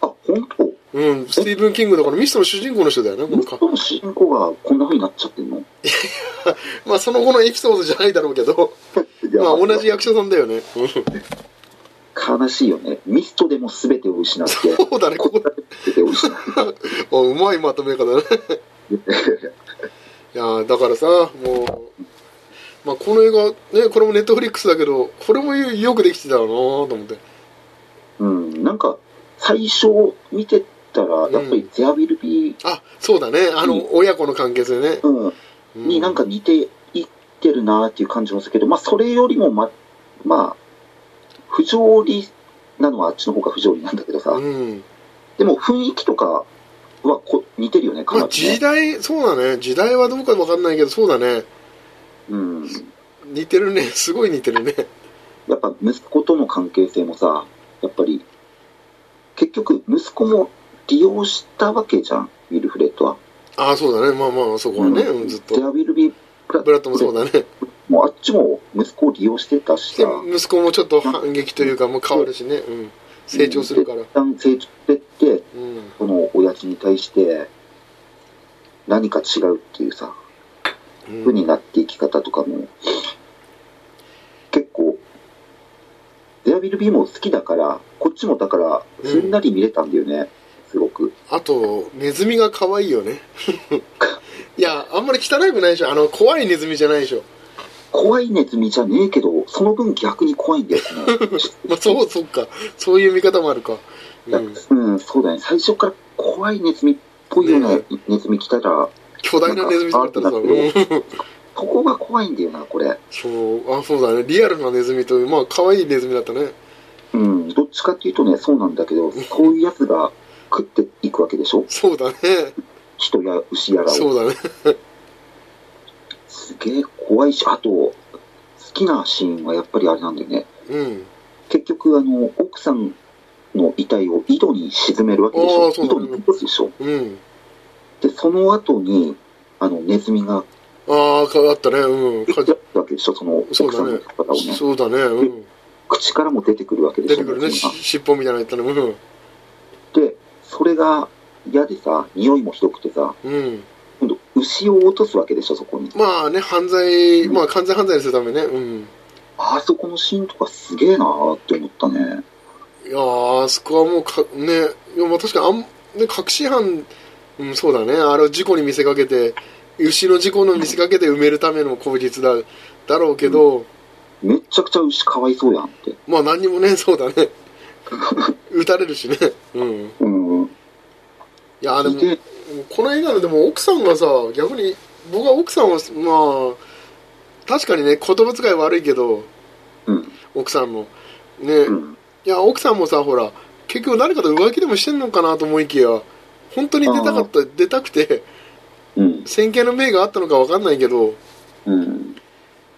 [SPEAKER 2] あ、本当
[SPEAKER 3] うんスティーブン・キングだからミストの主人公の人だよねこ のか
[SPEAKER 2] 本当の主人公がこんな風になっちゃってんのい
[SPEAKER 3] まあその後のエピソードじゃないだろうけど
[SPEAKER 2] や
[SPEAKER 3] まあ同じ役者さんだよねうん
[SPEAKER 2] 悲しいよね。ミストでも全てを失って、
[SPEAKER 3] そうだねここ
[SPEAKER 2] 全てを失っ
[SPEAKER 3] あうまいまとめ方だ ね
[SPEAKER 2] て。
[SPEAKER 3] いやーだからさもう、まあ、この映画ねこれもネットフリックスだけどこれもよくできてたよなーと思って
[SPEAKER 2] うん、なんか、最初見てたら、やっぱり、ゼアビルビ
[SPEAKER 3] あそうだねあの、
[SPEAKER 2] うん
[SPEAKER 3] 親子の関係性ね、
[SPEAKER 2] ー、うん、
[SPEAKER 3] う
[SPEAKER 2] になんか似ていってるなっていう感じもするけど、まあ、それよりもま、まあ、不条理なのはあっちの方が不条理なんだけどさ、
[SPEAKER 3] うん、
[SPEAKER 2] でも雰囲気とかはこ似てるよね、か
[SPEAKER 3] ま
[SPEAKER 2] な
[SPEAKER 3] あ、
[SPEAKER 2] り
[SPEAKER 3] 時
[SPEAKER 2] ね。
[SPEAKER 3] 代そうだね時代はどうかわかんないけどそうだね
[SPEAKER 2] うん。
[SPEAKER 3] 似てるね すごい似てるね
[SPEAKER 2] やっぱ息子との関係性もさ、やっぱり、結局息子も利用したわけじゃん、ウィルフレッドは。
[SPEAKER 3] ああそうだねまあまあそこはね、うんずっ
[SPEAKER 2] デ
[SPEAKER 3] と
[SPEAKER 2] アウィルビー・ブラ
[SPEAKER 3] ブラッドもそうだね
[SPEAKER 2] もうあっちも息子を利用してたし
[SPEAKER 3] で
[SPEAKER 2] さ、
[SPEAKER 3] 息子もちょっと反撃というかもう変わるしね、うん、成長するから
[SPEAKER 2] 一、旦成長してって、
[SPEAKER 3] うん、
[SPEAKER 2] その親父に対して、何か違うっていうさ、
[SPEAKER 3] うん
[SPEAKER 2] 負になっていき方とかも、結構、デアビルビーも好きだから、こっちもだから、
[SPEAKER 3] うん
[SPEAKER 2] すんなり見れたんだよね、すごく。
[SPEAKER 3] あとネズミが可愛いよね いやあんまり汚くないでしょあの怖いネズミじゃないでしょ
[SPEAKER 2] 怖いネズミじゃねえけど、その分逆に怖いんだよね。
[SPEAKER 3] まあ そうそっかそういう見方もあるかう
[SPEAKER 2] うんん、そうだね。最初から怖いネズミっぽいような
[SPEAKER 3] ね
[SPEAKER 2] ネズミ来たら、
[SPEAKER 3] 巨大なネズミだったらさ、
[SPEAKER 2] なん
[SPEAKER 3] う
[SPEAKER 2] かある
[SPEAKER 3] ん、
[SPEAKER 2] ここが怖いんだよな、これ。
[SPEAKER 3] そうあそうだねリアルなネズミというまあ可愛いネズミだったね
[SPEAKER 2] うん、どっちかっていうとね、そうなんだけど、こういうやつが食っていくわけでしょ
[SPEAKER 3] そうだね
[SPEAKER 2] 人や牛やらを。
[SPEAKER 3] そうだね
[SPEAKER 2] すげえ怖いし、あと、好きなシーンはやっぱりあれなんだよね。
[SPEAKER 3] うん
[SPEAKER 2] 結局、あの、奥さんの遺体を井戸に沈めるわけでし
[SPEAKER 3] あ
[SPEAKER 2] ょ
[SPEAKER 3] ーそう
[SPEAKER 2] 井
[SPEAKER 3] だ
[SPEAKER 2] 戸
[SPEAKER 3] ね
[SPEAKER 2] に戻すでしょ
[SPEAKER 3] うん
[SPEAKER 2] で、その後に、あの、ネズミが
[SPEAKER 3] ああ変わったねうん
[SPEAKER 2] 食
[SPEAKER 3] か
[SPEAKER 2] っちゃったわけでしょその奥
[SPEAKER 3] そう
[SPEAKER 2] さ
[SPEAKER 3] だ
[SPEAKER 2] んの
[SPEAKER 3] ね
[SPEAKER 2] 方をね。
[SPEAKER 3] そうだねうん
[SPEAKER 2] 口からも出てくるわけで
[SPEAKER 3] 出
[SPEAKER 2] しょ
[SPEAKER 3] てくるね
[SPEAKER 2] ネズ
[SPEAKER 3] し
[SPEAKER 2] ミ
[SPEAKER 3] 尻尾みたいなのやったねうん
[SPEAKER 2] がで、それが嫌でさ、匂いもひどくてさ、
[SPEAKER 3] うん
[SPEAKER 2] 今度牛を落とすわけでしょそこに。
[SPEAKER 3] まあね犯罪まあ完全犯罪にするためねうん
[SPEAKER 2] あそこのシーンとかすげえなーって思ったね。
[SPEAKER 3] いやーあそこはもうかねいやまあ確かにあん、ね、確信犯、うん、そうだねあれを事故に見せかけて牛の事故の見せかけて埋めるための口実だだろうけど、
[SPEAKER 2] めっちゃくちゃ牛かわいそうやんって。
[SPEAKER 3] まあ何にもねそうだ ね撃たれるしねうんい
[SPEAKER 2] うん。
[SPEAKER 3] やーでも
[SPEAKER 2] で、
[SPEAKER 3] この映画のでも奥さんがさ逆に僕は奥さんはまあ確かにね言葉遣い悪いけど
[SPEAKER 2] うん。
[SPEAKER 3] 奥さんのね、
[SPEAKER 2] うん。
[SPEAKER 3] いや奥さんもさほら結局誰かと浮気でもしてんのかなと思いきや本当に出たかった出たくて
[SPEAKER 2] うん。
[SPEAKER 3] 先見の明があったのか分かんないけど
[SPEAKER 2] うん。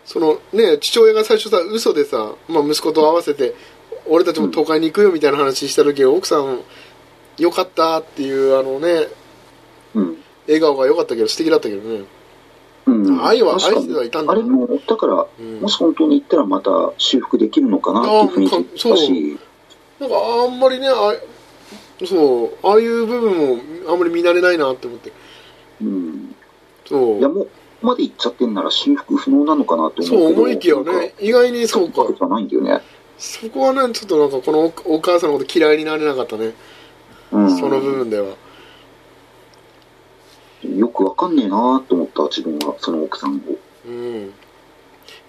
[SPEAKER 3] そのね父親が最初さ嘘でさ、まあ、息子と合わせて俺たちも都会に行くよみたいな話した時奥さんよかったっていうあのね
[SPEAKER 2] うん。
[SPEAKER 3] 笑顔が良かったけど素敵だったけどね
[SPEAKER 2] うん、
[SPEAKER 3] 愛は愛
[SPEAKER 2] 確かに
[SPEAKER 3] してはいたんだ
[SPEAKER 2] あれも、だから、
[SPEAKER 3] うん
[SPEAKER 2] もし本当に行ったらまた修復できるのかなっていう雰囲気だし、
[SPEAKER 3] なんかあんまりねあそうああいう部分もあんまり見慣れないなって思って
[SPEAKER 2] うん。
[SPEAKER 3] そう
[SPEAKER 2] いや、もう、ここまで行っちゃってんなら修復不能なのかなって思うけ
[SPEAKER 3] そ
[SPEAKER 2] ど。
[SPEAKER 3] う思いきや
[SPEAKER 2] なん
[SPEAKER 3] ね意外にそう
[SPEAKER 2] か。
[SPEAKER 3] か
[SPEAKER 2] そうじゃないんだよね。
[SPEAKER 3] そこはねちょっとなんかこのおお母さんのこと嫌いになれなかったね、
[SPEAKER 2] うん。
[SPEAKER 3] その部分では
[SPEAKER 2] よくわかんねえなーと思った、自分は、その奥さんを。
[SPEAKER 3] うんい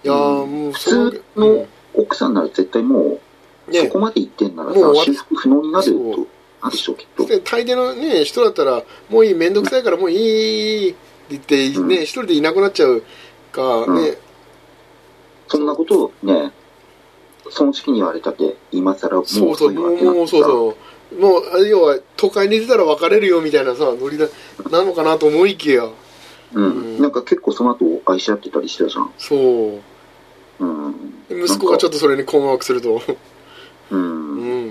[SPEAKER 3] やー、
[SPEAKER 2] うん
[SPEAKER 3] もう
[SPEAKER 2] 普
[SPEAKER 3] その
[SPEAKER 2] 通の奥さんなら絶対もう、
[SPEAKER 3] うん
[SPEAKER 2] そ
[SPEAKER 3] ね
[SPEAKER 2] こまで行ってんなら
[SPEAKER 3] もう
[SPEAKER 2] さ、
[SPEAKER 3] わ
[SPEAKER 2] 修復不能になる
[SPEAKER 3] そ
[SPEAKER 2] と、なんでしょう、きっと。
[SPEAKER 3] で大抵のね人だったらもういい面倒くさいからもういいって言って、
[SPEAKER 2] うん
[SPEAKER 3] ね一人でいなくなっちゃうか
[SPEAKER 2] うん
[SPEAKER 3] ね、
[SPEAKER 2] そんなことをね、その時期に言われたって、今更もう
[SPEAKER 3] そうそう
[SPEAKER 2] い
[SPEAKER 3] もう
[SPEAKER 2] わけなん
[SPEAKER 3] も
[SPEAKER 2] だ
[SPEAKER 3] うそうそうもうあ要は都会に出たら別れるよみたいなさノリだなのかなと思いきや
[SPEAKER 2] うん
[SPEAKER 3] うん
[SPEAKER 2] なんか結構その後愛し合ってたりしてたじゃん、
[SPEAKER 3] そう
[SPEAKER 2] うん、
[SPEAKER 3] 息子がちょっとそれに困惑すると
[SPEAKER 2] う、
[SPEAKER 3] うんん
[SPEAKER 2] な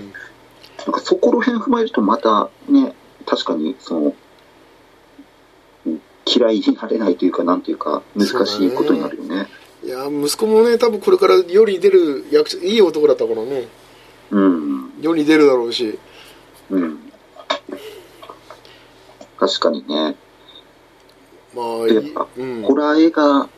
[SPEAKER 2] んかそこら辺踏まえるとまたね確かにそのうん嫌いになれないというかなんというか難しいことになるよね
[SPEAKER 3] いや息子もね多分これから世に出る役者いい男だったからね
[SPEAKER 2] うん
[SPEAKER 3] 世に出るだろうし
[SPEAKER 2] うん確かにね
[SPEAKER 3] まあ
[SPEAKER 2] で
[SPEAKER 3] いいうん
[SPEAKER 2] ホラー映画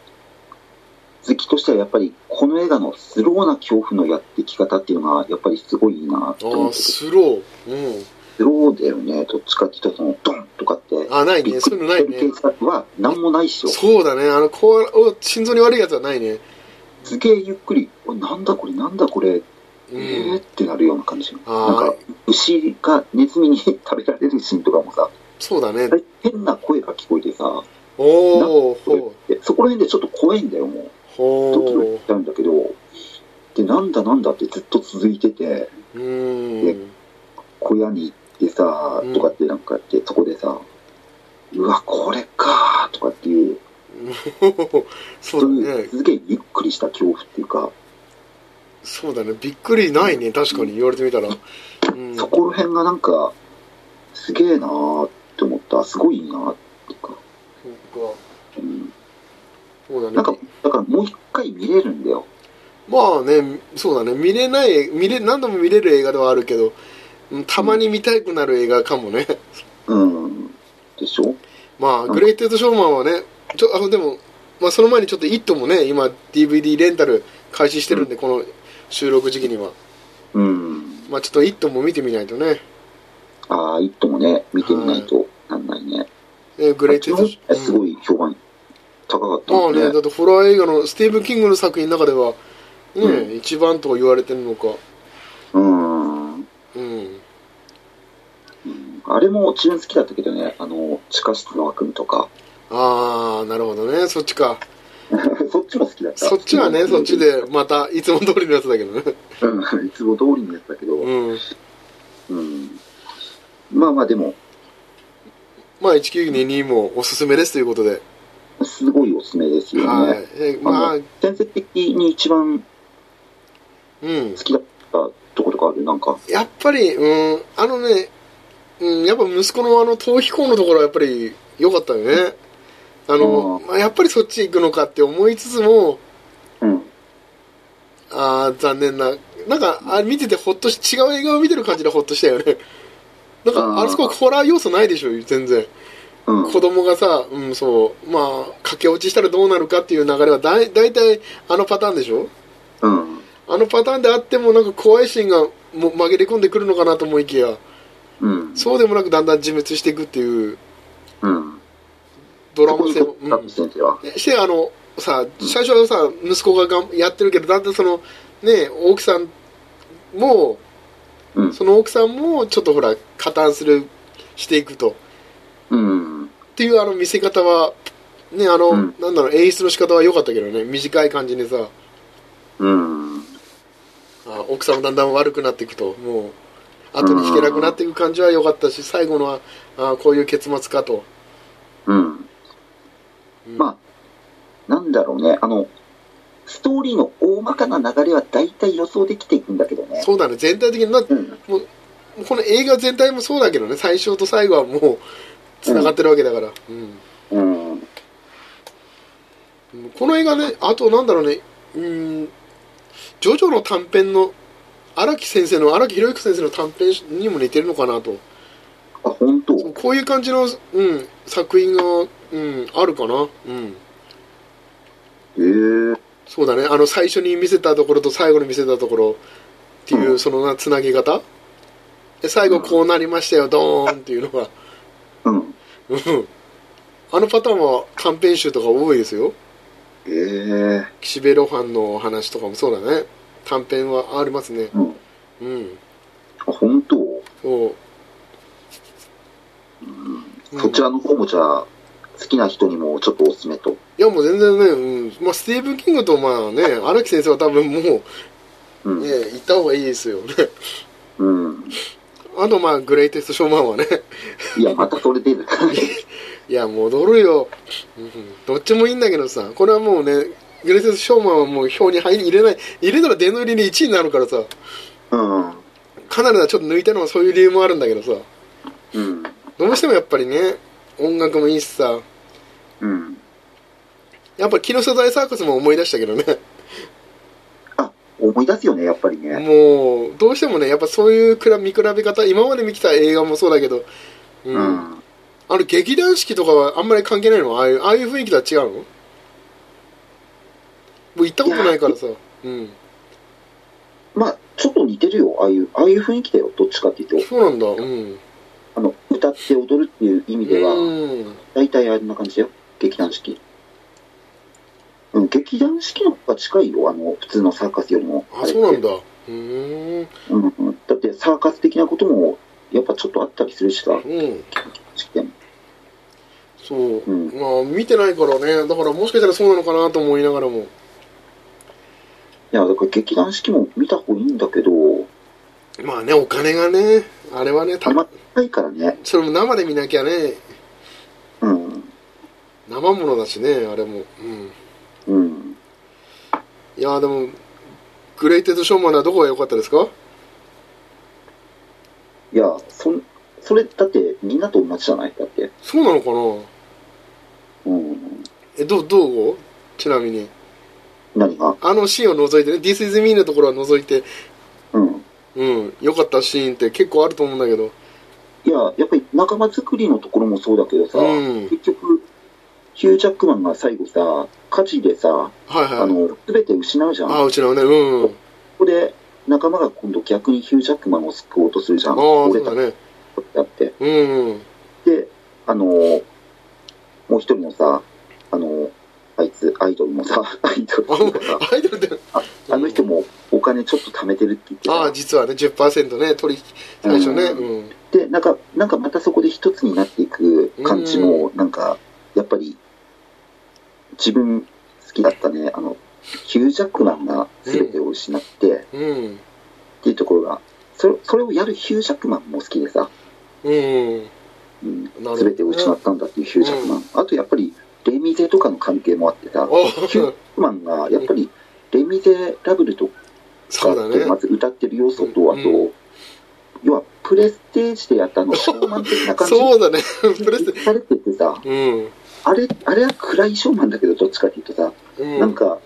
[SPEAKER 2] 好きとしてはやっぱりこの映画のスローな恐怖のやってき方っていうのがやっぱりすごいいいなと
[SPEAKER 3] あ
[SPEAKER 2] 思っ
[SPEAKER 3] あ
[SPEAKER 2] ててス
[SPEAKER 3] スローうん
[SPEAKER 2] ローだよねどっちかっていうとそのドンとかって
[SPEAKER 3] あない
[SPEAKER 2] び
[SPEAKER 3] ね
[SPEAKER 2] っく
[SPEAKER 3] そうい
[SPEAKER 2] り
[SPEAKER 3] うのないね
[SPEAKER 2] 警察は何もないっしょ
[SPEAKER 3] そうだねあのこうお心臓に悪いやつはないね
[SPEAKER 2] すげえゆっくりおなんだこれなんだこれ
[SPEAKER 3] う
[SPEAKER 2] えーっ
[SPEAKER 3] ん
[SPEAKER 2] てなるような感じなん
[SPEAKER 3] あ
[SPEAKER 2] か牛がネズミに食べられるシーンとかもさ
[SPEAKER 3] そうだね
[SPEAKER 2] 変な声が聞こえてさ
[SPEAKER 3] おおほう
[SPEAKER 2] でそこら辺でちょっと怖いんだよもうドキドキ
[SPEAKER 3] ほ
[SPEAKER 2] しちゃうんだけどでなんだなんだってずっと続いてて
[SPEAKER 3] ううん
[SPEAKER 2] 小屋に行ってさ
[SPEAKER 3] うん
[SPEAKER 2] とかってなんかやってそこでさうわこれかーとかっていう
[SPEAKER 3] そうだね
[SPEAKER 2] すげえゆっくりした恐怖っていうか、
[SPEAKER 3] そうだねびっくりないね確かに言われてみたらうん
[SPEAKER 2] そこら辺がなんかすげえなーって思ったすごいなーっていうか、
[SPEAKER 3] そっか
[SPEAKER 2] うん、
[SPEAKER 3] そうだね
[SPEAKER 2] なんかだからもう一回見れるんだよ
[SPEAKER 3] まあねそうだね見れない見れ何度も見れる映画ではあるけどうんたまに見たくなる映画かもね
[SPEAKER 2] うんでしょ
[SPEAKER 3] まあ
[SPEAKER 2] うん
[SPEAKER 3] グレイテストショーマンはねちょあでも、まあ、その前にちょっと「イット!」もね今 DVD レンタル開始してるんで、この収録時期には
[SPEAKER 2] うん
[SPEAKER 3] まあちょっと「イット!」も見てみないとね
[SPEAKER 2] ああ「イット!」もね見てみないとなんないね、
[SPEAKER 3] えグレイテストシ
[SPEAKER 2] あっち
[SPEAKER 3] ョ
[SPEAKER 2] の方がすごい評判高かった
[SPEAKER 3] ま
[SPEAKER 2] も
[SPEAKER 3] あ
[SPEAKER 2] んね,、
[SPEAKER 3] ねだってホラー映画のスティーブン・キングの作品の中ではね、
[SPEAKER 2] う
[SPEAKER 3] 一番と言われてるのか
[SPEAKER 2] うん
[SPEAKER 3] うん
[SPEAKER 2] あれも自分好きだったけどね、あの、地下室の悪夢とか、
[SPEAKER 3] ああなるほどねそっちか
[SPEAKER 2] そっちも好きだった。
[SPEAKER 3] そっちはね、
[SPEAKER 2] うん
[SPEAKER 3] そっち。で、また、いつも通りのやつだけどね。
[SPEAKER 2] うん、いつも通りのやつだけど、うん。
[SPEAKER 3] うん。
[SPEAKER 2] まあまあでも、
[SPEAKER 3] まあ、1922もおすすめですということで。
[SPEAKER 2] すごいおすすめですよね。
[SPEAKER 3] はい。えまあ、
[SPEAKER 2] 先生的に一番
[SPEAKER 3] うん
[SPEAKER 2] 好。きだったとことかあるなんか、
[SPEAKER 3] やっぱり、うん、あのね、うん、やっぱ息子のあの、逃避行のところはやっぱり良かったよね。あの、まあ、やっぱりそっち行くのかって思いつつも、
[SPEAKER 2] うん。
[SPEAKER 3] ああ、残念な。なんか、あ見ててほっとし、違う映画を見てる感じでほっとした よね。なん
[SPEAKER 2] あ
[SPEAKER 3] か、
[SPEAKER 2] ー
[SPEAKER 3] あそこはホラー要素ないでしょ、全然。
[SPEAKER 2] うん。
[SPEAKER 3] 子供がさ、うん、そう、まあ、駆け落ちしたらどうなるかっていう流れはだい、大体あのパターンでしょ
[SPEAKER 2] うん。
[SPEAKER 3] あのパターンであっても、なんか怖いシーンがも紛れ込んでくるのかなと思いきや、
[SPEAKER 2] うん。
[SPEAKER 3] そうでもなくだんだん自滅していくっていう
[SPEAKER 2] うん。
[SPEAKER 3] ドラ
[SPEAKER 2] そこ
[SPEAKER 3] マ
[SPEAKER 2] に
[SPEAKER 3] 性
[SPEAKER 2] こ
[SPEAKER 3] も、
[SPEAKER 2] だっ
[SPEAKER 3] う
[SPEAKER 2] た
[SPEAKER 3] ん。
[SPEAKER 2] 先生は。
[SPEAKER 3] して、あの、さ、最初はさ、息子ががんやってるけど、だんだんその、ね、奥さんも、
[SPEAKER 2] うん。
[SPEAKER 3] その奥さんも、ちょっとほら、加担する、していくと。
[SPEAKER 2] うん。
[SPEAKER 3] っていうあの見せ方は、ね、あの、
[SPEAKER 2] うん
[SPEAKER 3] なんだろう、演出の仕方は良かったけどね、短い感じにさ、
[SPEAKER 2] うん。
[SPEAKER 3] あ奥さんもだんだん悪くなっていくともう後に引けなくなっていく感じは良かったし最後のはあこういう結末かと、
[SPEAKER 2] うん。
[SPEAKER 3] うん
[SPEAKER 2] まあ、なんだろうね、あの、ストーリーの大まかな流れは大体予想できていくんだけどね。
[SPEAKER 3] そうだね全体的にな
[SPEAKER 2] うん。
[SPEAKER 3] この映画全体もそうだけどね最初と最後はもうつながってるわけだから、うん
[SPEAKER 2] うん。
[SPEAKER 3] この映画ねあとなんだろうねうんジョジョの短編の荒木先生の荒木宏之先生の短編にも似てるのかなと
[SPEAKER 2] あ、本当。
[SPEAKER 3] そうこういう感じの、うん、作品が、うん、あるかなうん
[SPEAKER 2] ええ
[SPEAKER 3] そうだねあの最初に見せたところと最後に見せたところっていう、
[SPEAKER 2] うん
[SPEAKER 3] そのなつなぎ方で最後こうなりましたよ、ドーンっていうのが
[SPEAKER 2] うん。
[SPEAKER 3] うんあのパターンは短編集とか多いですよ
[SPEAKER 2] ええ
[SPEAKER 3] 岸辺露伴のお話とかもそうだね短編はありますね
[SPEAKER 2] うん。
[SPEAKER 3] うん
[SPEAKER 2] あ、本当。
[SPEAKER 3] そううん
[SPEAKER 2] ん、そちらの方もじゃあ、好きな人にもちょっとおすすめと。
[SPEAKER 3] いやもう全然ね、うんまあ、スティーブン・キングとまあね荒木先生は多分もうね
[SPEAKER 2] うん。
[SPEAKER 3] 行った方がいいですよね
[SPEAKER 2] うん。
[SPEAKER 3] あとまあグレイテストショーマンはね
[SPEAKER 2] いや、またそれ出る。
[SPEAKER 3] いや戻るよ、うんどっちもいいんだけどさこれはもうねグレセス・ショーマンはもう票に入り入れない入れたら電動入りに1位になるからさ
[SPEAKER 2] うん。
[SPEAKER 3] カナダちょっと抜いたのはそういう理由もあるんだけどさ
[SPEAKER 2] うん。
[SPEAKER 3] どうしてもやっぱりね音楽もいいしさ
[SPEAKER 2] うん。
[SPEAKER 3] やっぱ木下大サークスも思い出したけどね
[SPEAKER 2] あ、思い出すよね、やっぱりね。
[SPEAKER 3] もうどうしてもねやっぱそういうくら見比べ方今まで見てた映画もそうだけどうん、
[SPEAKER 2] うん。
[SPEAKER 3] あの劇団四季とかはあんまり関係ないのああいうああいう雰囲気とは違うの僕行ったことないからさうん
[SPEAKER 2] まあ、ちょっと似てるよ、ああいう、ああいう雰囲気だよ、どっちかっていうと。
[SPEAKER 3] そうなんだうん
[SPEAKER 2] あの、歌って踊るっていう意味では、
[SPEAKER 3] うん
[SPEAKER 2] 大体あんな感じだよ、劇団四季。うん、劇団四季の方が近いよ、あの、普通のサーカスよりも。
[SPEAKER 3] あそうなん
[SPEAKER 2] だ。
[SPEAKER 3] だうーん
[SPEAKER 2] うんうん、だって、サーカス的なことも、やっぱちょっとあったりするしさ、
[SPEAKER 3] うん
[SPEAKER 2] 式典
[SPEAKER 3] そう
[SPEAKER 2] うん。
[SPEAKER 3] まあ見てないからねだからもしかしたらそうなのかなと思いながらも
[SPEAKER 2] いや、だから劇団四季も見た方がいいんだけど、
[SPEAKER 3] まあねお金がねあれはね
[SPEAKER 2] た
[SPEAKER 3] た
[SPEAKER 2] まったいからね。
[SPEAKER 3] それも生で見なきゃね
[SPEAKER 2] うん。
[SPEAKER 3] 生ものだしねあれもうん
[SPEAKER 2] うん。
[SPEAKER 3] いやーでもグレイテッドショーマンはどこが良かったですか
[SPEAKER 2] いや、そん、それ、だって、みんなと同じじゃないだって。
[SPEAKER 3] そうなのかな
[SPEAKER 2] うん。
[SPEAKER 3] えどうどうちなみに
[SPEAKER 2] 何が
[SPEAKER 3] あのシーンを除いてね「This is me」のところは除いて
[SPEAKER 2] うん。
[SPEAKER 3] うん良かったシーンって結構あると思うんだけど
[SPEAKER 2] いや、やっぱり仲間作りのところもそうだけどさ、
[SPEAKER 3] うん
[SPEAKER 2] 結局、ヒュージャックマンが最後さ、火事でさ、
[SPEAKER 3] はい
[SPEAKER 2] あ
[SPEAKER 3] はい
[SPEAKER 2] の、すべて失うじゃん。
[SPEAKER 3] ああ
[SPEAKER 2] こ
[SPEAKER 3] うちのねうん
[SPEAKER 2] こで、仲間が今度逆にヒュージャックマンを救おうとするじゃ
[SPEAKER 3] ああ
[SPEAKER 2] ん。
[SPEAKER 3] そ
[SPEAKER 2] 俺
[SPEAKER 3] う
[SPEAKER 2] た
[SPEAKER 3] だ
[SPEAKER 2] ち
[SPEAKER 3] ね
[SPEAKER 2] だって。
[SPEAKER 3] うん
[SPEAKER 2] で、あの、もう一人のさ、あの、あいつ、アイドルもさ、 アイドル
[SPEAKER 3] あ
[SPEAKER 2] っていうかさ、
[SPEAKER 3] アイドルって
[SPEAKER 2] あの人もお金ちょっと貯めてるって言って
[SPEAKER 3] ああ
[SPEAKER 2] さ、
[SPEAKER 3] 実はね10%ね取り最初ね
[SPEAKER 2] う
[SPEAKER 3] うん
[SPEAKER 2] で、なんか、なんかまたそこで一つになっていく感じも、なんか、やっぱり、自分好きだったね、あの、ヒュージャックマンが全てを失って、っ
[SPEAKER 3] うん
[SPEAKER 2] ていうところが、それそれをやるヒュージャックマンも好きでさ、
[SPEAKER 3] うん
[SPEAKER 2] うん、
[SPEAKER 3] なるほどね
[SPEAKER 2] 全てを失ったんだっていうヒュージャックマン。あとやっぱり、レミゼとかの関係もあってさ、ヒュージャッ
[SPEAKER 3] あ
[SPEAKER 2] クマンが、やっぱり、レミゼラブルと
[SPEAKER 3] そうだね
[SPEAKER 2] まず歌ってる要素と、あと、
[SPEAKER 3] う
[SPEAKER 2] 要はプレステージでやったあの、ショーマン的な感じ
[SPEAKER 3] そうだね プレステ
[SPEAKER 2] されててさ、
[SPEAKER 3] うん
[SPEAKER 2] あれ、あれは暗いショーマンだけど、どっちかっていうとさ、
[SPEAKER 3] うん
[SPEAKER 2] なんか、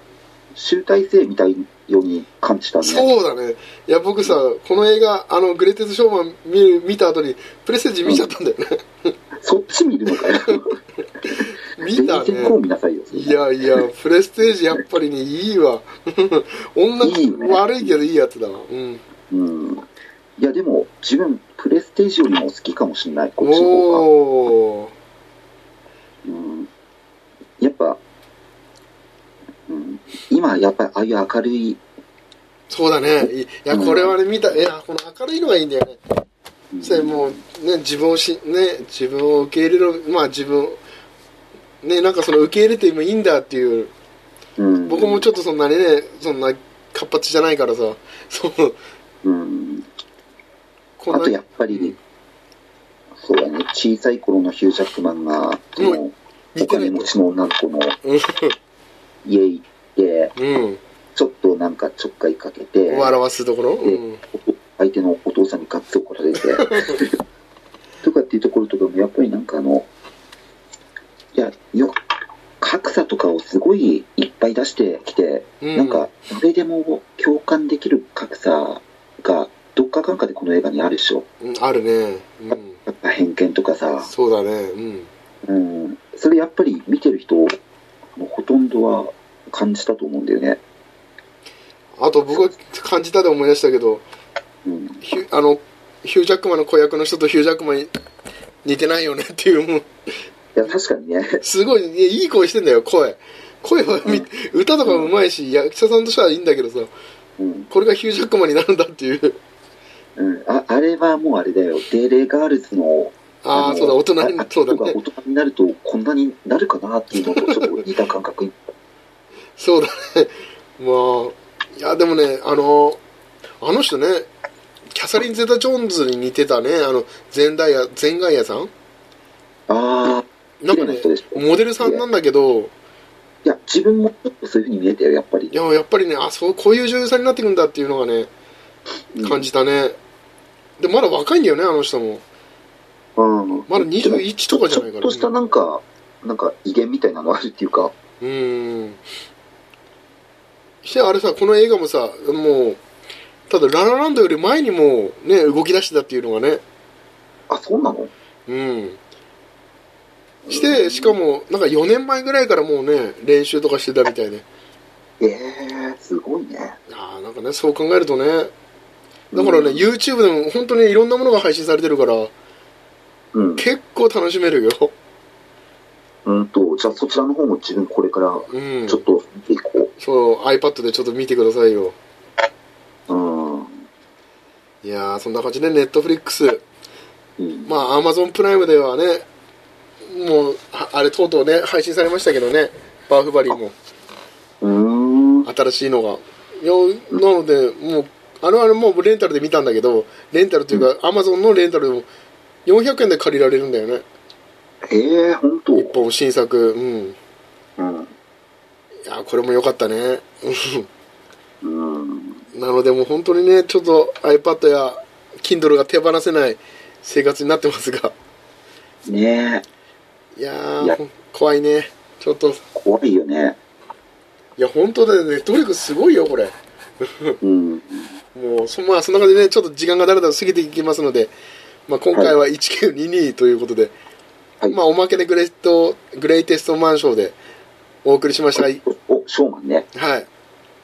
[SPEAKER 2] 集大成みたいように感じたね。
[SPEAKER 3] そうだねいや僕さこの映画あのグレイテッドショーマン見る見た後にプレステージ見ちゃったんだよね
[SPEAKER 2] そっち見るのかよ。
[SPEAKER 3] 見た
[SPEAKER 2] 全然こう
[SPEAKER 3] ね
[SPEAKER 2] 見なさいよ。
[SPEAKER 3] いやいやプレステージやっぱりねいいわ 女
[SPEAKER 2] いいね
[SPEAKER 3] 悪いけどいいやつだわうん
[SPEAKER 2] うん。いや、でも、自分、プレステージよりも好きかもしれない、こっちの方が。
[SPEAKER 3] おお
[SPEAKER 2] うん、やっぱ、うん、今、やっぱり、ああいう明るい、
[SPEAKER 3] そうだねいいやこれはね見たいやこの明るいのがいいんだよね
[SPEAKER 2] うん
[SPEAKER 3] それもうね自分をしね自分を受け入れるまあ自分をねなんかその受け入れてもいいんだっていう
[SPEAKER 2] うん、
[SPEAKER 3] 僕もちょっとそんなにねそんな活発じゃないからさそう
[SPEAKER 2] うん、
[SPEAKER 3] こ
[SPEAKER 2] あ
[SPEAKER 3] んな
[SPEAKER 2] とやっぱり、
[SPEAKER 3] うん
[SPEAKER 2] そうだね、小さい頃のヒュージャックマンが、そのお
[SPEAKER 3] 似てな
[SPEAKER 2] 金
[SPEAKER 3] い
[SPEAKER 2] 持ちの女の子の
[SPEAKER 3] うん
[SPEAKER 2] 家行って、
[SPEAKER 3] うん
[SPEAKER 2] ちょっとなんかちょっかいかけて、
[SPEAKER 3] 笑わすところ、うん、
[SPEAKER 2] 相手のお父さんにガッツをこられ て、とかっていうところとかも、やっぱりなんかあの、いや、よ格差とかをすごいいっぱい出してきて、
[SPEAKER 3] うん
[SPEAKER 2] なんか、誰でも共感できる格差が、どっかかんかでこの映画にあるでしょ。
[SPEAKER 3] うんあるね、うん、
[SPEAKER 2] やっぱ偏見とかさ、
[SPEAKER 3] そうだねうん
[SPEAKER 2] うん、それやっぱり見てる人のほとんどは感じたと思うんだよね。
[SPEAKER 3] あと僕が感じたで思い出したけど
[SPEAKER 2] うん、
[SPEAKER 3] ヒュあのヒュージャックマンの子役の人とヒュージャックマンに似てないよねっていうもう
[SPEAKER 2] いや確かにね、
[SPEAKER 3] すごいいやいい声してんだよ声声はみ、歌とかうまいし役者さんとしてはいいんだけどさ
[SPEAKER 2] うん
[SPEAKER 3] これがヒュージャックマンになるんだっていう
[SPEAKER 2] うん、ああれはもうあれだよ、デーレーガールズの
[SPEAKER 3] ああ
[SPEAKER 2] の
[SPEAKER 3] そうだ大人に
[SPEAKER 2] あ
[SPEAKER 3] そうだ
[SPEAKER 2] 人が
[SPEAKER 3] ね
[SPEAKER 2] 大人になるとこんなになるかなっていうのとちょっと似た感 覚に。
[SPEAKER 3] そうだねまあいやでもねあのあの人ねキャサリン・ゼタ・ジョーンズに似てたねあの前ダイヤ前外ヤさん
[SPEAKER 2] ああ、
[SPEAKER 3] なん
[SPEAKER 2] 綺麗
[SPEAKER 3] か
[SPEAKER 2] な
[SPEAKER 3] ね
[SPEAKER 2] 人でし、ょ
[SPEAKER 3] モデルさんなんだけど、
[SPEAKER 2] いや、自分もちょっとそういうふうに見えたよ、やっぱり
[SPEAKER 3] い。や、やっぱりね、あ、そう、こういう女優さんになっていくんだっていうのがね、
[SPEAKER 2] うん
[SPEAKER 3] 感じたね。で、まだ若いんだよね、あの人も。
[SPEAKER 2] うん。
[SPEAKER 3] まだ21とかじゃない
[SPEAKER 2] ち
[SPEAKER 3] かな
[SPEAKER 2] ょっとしたなんか、なんか威厳みたいなのあるっていうか、
[SPEAKER 3] うーん。して、あれさ、この映画もさ、もう、ただ、ララランドより前にもう、ね、動き出してたっていうのがね、
[SPEAKER 2] あ、そうなの
[SPEAKER 3] うん。して、しかも、なんか4年前ぐらいからもうね、練習とかしてたみたいで。
[SPEAKER 2] ええー、すごいね。
[SPEAKER 3] ああ、なんかね、そう考えるとね、だからね、
[SPEAKER 2] うん
[SPEAKER 3] YouTube でも本当にいろんなものが配信されてるから、
[SPEAKER 2] うん。
[SPEAKER 3] 結構楽しめるよ。
[SPEAKER 2] うんと、じゃあそちらの方も自分これから
[SPEAKER 3] うん
[SPEAKER 2] ちょ。っと見ていこ
[SPEAKER 3] そう、iPad でちょっと見てくださいよ。
[SPEAKER 2] う。うん。
[SPEAKER 3] いやー、そんな感じで、Netflix。
[SPEAKER 2] うん。
[SPEAKER 3] まあ、Amazon プライムではね、もう、ああれ、とうとうね、配信されましたけどね、バーフバリーも、
[SPEAKER 2] うーん。
[SPEAKER 3] 新しいのが。よなので、もう、あれはもうレンタルで見たんだけど、レンタルというか、Amazon のレンタルでも、400円で借りられるんだよね。
[SPEAKER 2] ええー、ほんと。
[SPEAKER 3] 一本新作。うん。
[SPEAKER 2] うん。
[SPEAKER 3] いやこれも良かったね
[SPEAKER 2] うん。
[SPEAKER 3] なのでもう本当にねちょっと iPad や Kindle が手放せない生活になってますが
[SPEAKER 2] ねえ、
[SPEAKER 3] いやー
[SPEAKER 2] いや
[SPEAKER 3] ほん怖いねちょっとい
[SPEAKER 2] 怖いよね。
[SPEAKER 3] や本当だよね努力すごいよこれ
[SPEAKER 2] うん。
[SPEAKER 3] もうそ,、まあ、そんな感じでねちょっと時間がだらだら過ぎていきますので、まあ、今回は1922ということで、
[SPEAKER 2] はい
[SPEAKER 3] まあ、おまけでグレートグレイテストマンションでお送りしましたはい
[SPEAKER 2] お、ショーマンね。
[SPEAKER 3] はい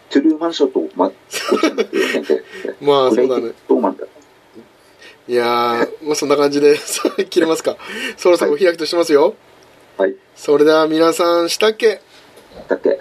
[SPEAKER 2] トゥルーマンショーと、ま、こっちなんだけど、先生。
[SPEAKER 3] ま あ
[SPEAKER 2] グ
[SPEAKER 3] そ
[SPEAKER 2] レ
[SPEAKER 3] う
[SPEAKER 2] イテ
[SPEAKER 3] だ
[SPEAKER 2] ス
[SPEAKER 3] ね
[SPEAKER 2] トマンだ。
[SPEAKER 3] いやー、まあ、そんな感じで 切れますかそろそろお開きとしますよ、
[SPEAKER 2] はい。
[SPEAKER 3] それでは皆さんしたっけ
[SPEAKER 2] だって、